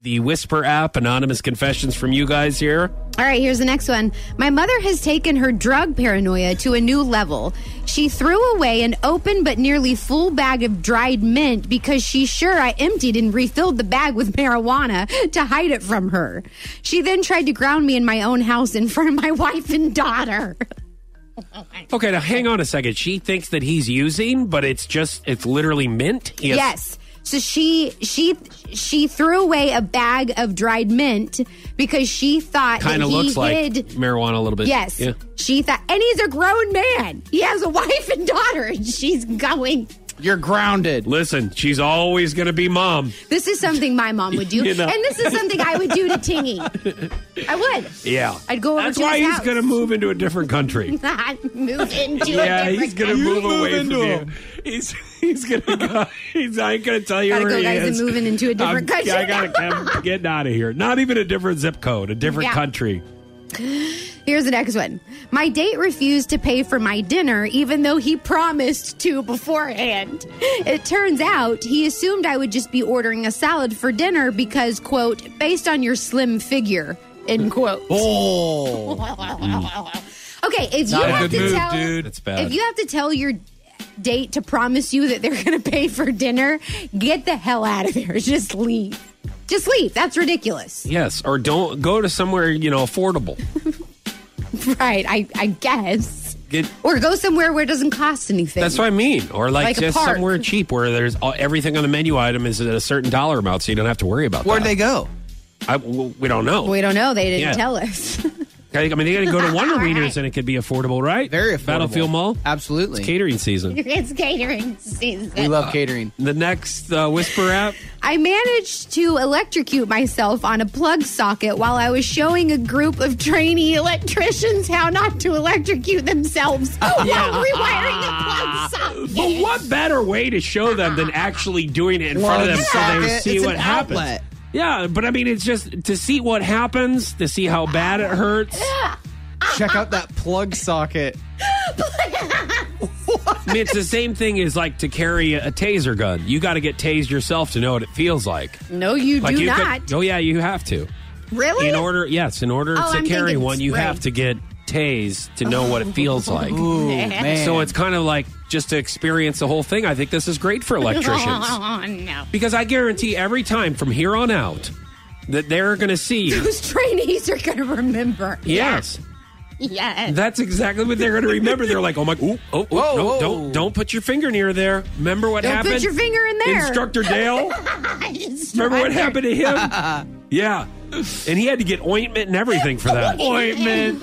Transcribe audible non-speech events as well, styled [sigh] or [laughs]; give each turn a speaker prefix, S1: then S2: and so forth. S1: the Whisper app, anonymous confessions from you guys here.
S2: All right, here's the next one. My mother has taken her drug paranoia to a new level. She threw away an open but nearly full bag of dried mint because she's sure I emptied and refilled the bag with [laughs] marijuana to hide it from her. She then tried to ground me in my own house in front of my [laughs] wife and daughter.
S1: Okay, now hang on a second. She thinks that he's using, but it's just, it's literally mint. He has-
S2: Yes. So she she she threw away a bag of dried mint because she thought that
S1: Kind of
S2: he
S1: looks like
S2: hid
S1: marijuana a little bit.
S2: Yes.
S1: Yeah.
S2: She thought, and he's a grown man. He has a [laughs] wife and daughter, and she's going.
S3: You're grounded.
S1: Listen, she's always going to be mom.
S2: This is something my mom would do,
S1: [laughs] You know.
S2: and this is something I would do to Tingy. I would.
S1: Yeah.
S2: I'd go over
S1: That's
S2: to
S1: why
S2: his
S1: he's
S2: house.
S1: going to move into a different country.
S2: [laughs] I'd move into
S1: yeah,
S2: a different
S1: he's going to
S2: country.
S1: move
S3: move
S1: away
S3: into
S1: from
S3: him.
S1: you. He's, he's going to go. He's, I ain't going to tell you
S2: Gotta
S1: where
S2: go,
S1: he
S2: guys,
S1: is.
S2: I'm moving into a different
S1: I'm-
S2: country.
S1: I got to I'm getting out of here. Not even a different zip code, a different
S2: Yeah.
S1: country.
S2: Here's the next one. My date refused to pay for my dinner, even though he promised to beforehand. It turns out he assumed I would just be ordering a salad for dinner because, quote, based on your slim figure, end quote.
S3: Oh.
S2: Okay, if
S3: Mm-hmm. Not
S2: you
S3: a
S2: have
S3: good
S2: to
S3: move,
S2: tell,
S3: dude.
S1: That's bad.
S2: If you have to tell your date to promise you that they're going to [laughs] pay for dinner, get the hell out of there. [laughs] Just leave. Just leave. That's ridiculous. [laughs]
S1: Yes, or don't go to somewhere, you know, affordable.
S2: Right? I I guess.
S1: Get-
S2: Or go somewhere where it doesn't cost anything.
S1: That's what I mean. Or like,
S2: Like a
S1: just
S2: park.
S1: somewhere cheap where there's all, everything on the menu item is at a certain dollar amount, so you don't have to worry about
S3: Where'd
S1: that.
S3: they go?
S1: I, w- we don't know.
S2: We don't know. They didn't
S1: Yeah.
S2: tell us. [laughs]
S1: I mean, they got to go to Wonder
S2: All
S1: Wieners
S2: right.
S1: and it could be affordable, right?
S3: Very affordable.
S1: Battlefield Mall.
S3: Absolutely.
S1: It's catering season.
S2: it's catering season.
S3: we love catering.
S1: The next uh, Whisper
S2: [laughs]
S1: app.
S2: I managed to electrocute myself on a plug socket while I was showing a group of trainee electricians how not to
S1: [laughs]
S2: electrocute themselves while rewiring the plug socket.
S1: But what better way to show them than actually doing it in front of them so they
S3: socket,
S1: see
S3: it's
S1: what
S3: an
S1: happens?
S3: outlet.
S1: Yeah, but I mean, it's just to see what happens, to see how bad it
S2: [laughs]
S1: hurts.
S3: Check out that plug socket.
S1: I mean, it's the same thing as like to carry a, a taser gun. You got to get tased yourself to know what it feels like.
S2: No, you
S1: Like
S2: do
S1: you could-
S2: not.
S1: oh yeah, you have to.
S2: really?
S1: In
S2: [laughs]
S1: order, yes, in order
S2: Oh,
S1: to
S2: I'm
S1: carry
S2: thinking
S1: one, you
S2: spray.
S1: have to get tased to know what it feels
S2: [laughs]
S1: like.
S3: Ooh, man.
S1: So it's kind of like just to experience the whole thing. I think this is great for
S2: [laughs]
S1: electricians
S2: Oh, no.
S1: because I guarantee every time from here on out that they're going to see
S2: [laughs]
S1: you.
S2: Those trainees are going to remember.
S1: Yes,
S2: Yes.
S1: that's exactly what they're going to remember. They're like, "Oh my, ooh, oh, oh,
S3: Whoa,
S1: no,
S3: whoa.
S1: don't, don't put your finger near there. Remember what
S2: Don't
S1: happened?
S2: put your finger in there.
S1: Instructor Dale.
S3: [laughs]
S1: Remember what happened
S2: [laughs]
S3: [laughs]
S1: to him? yeah, and he had to get ointment and everything for that. ointment.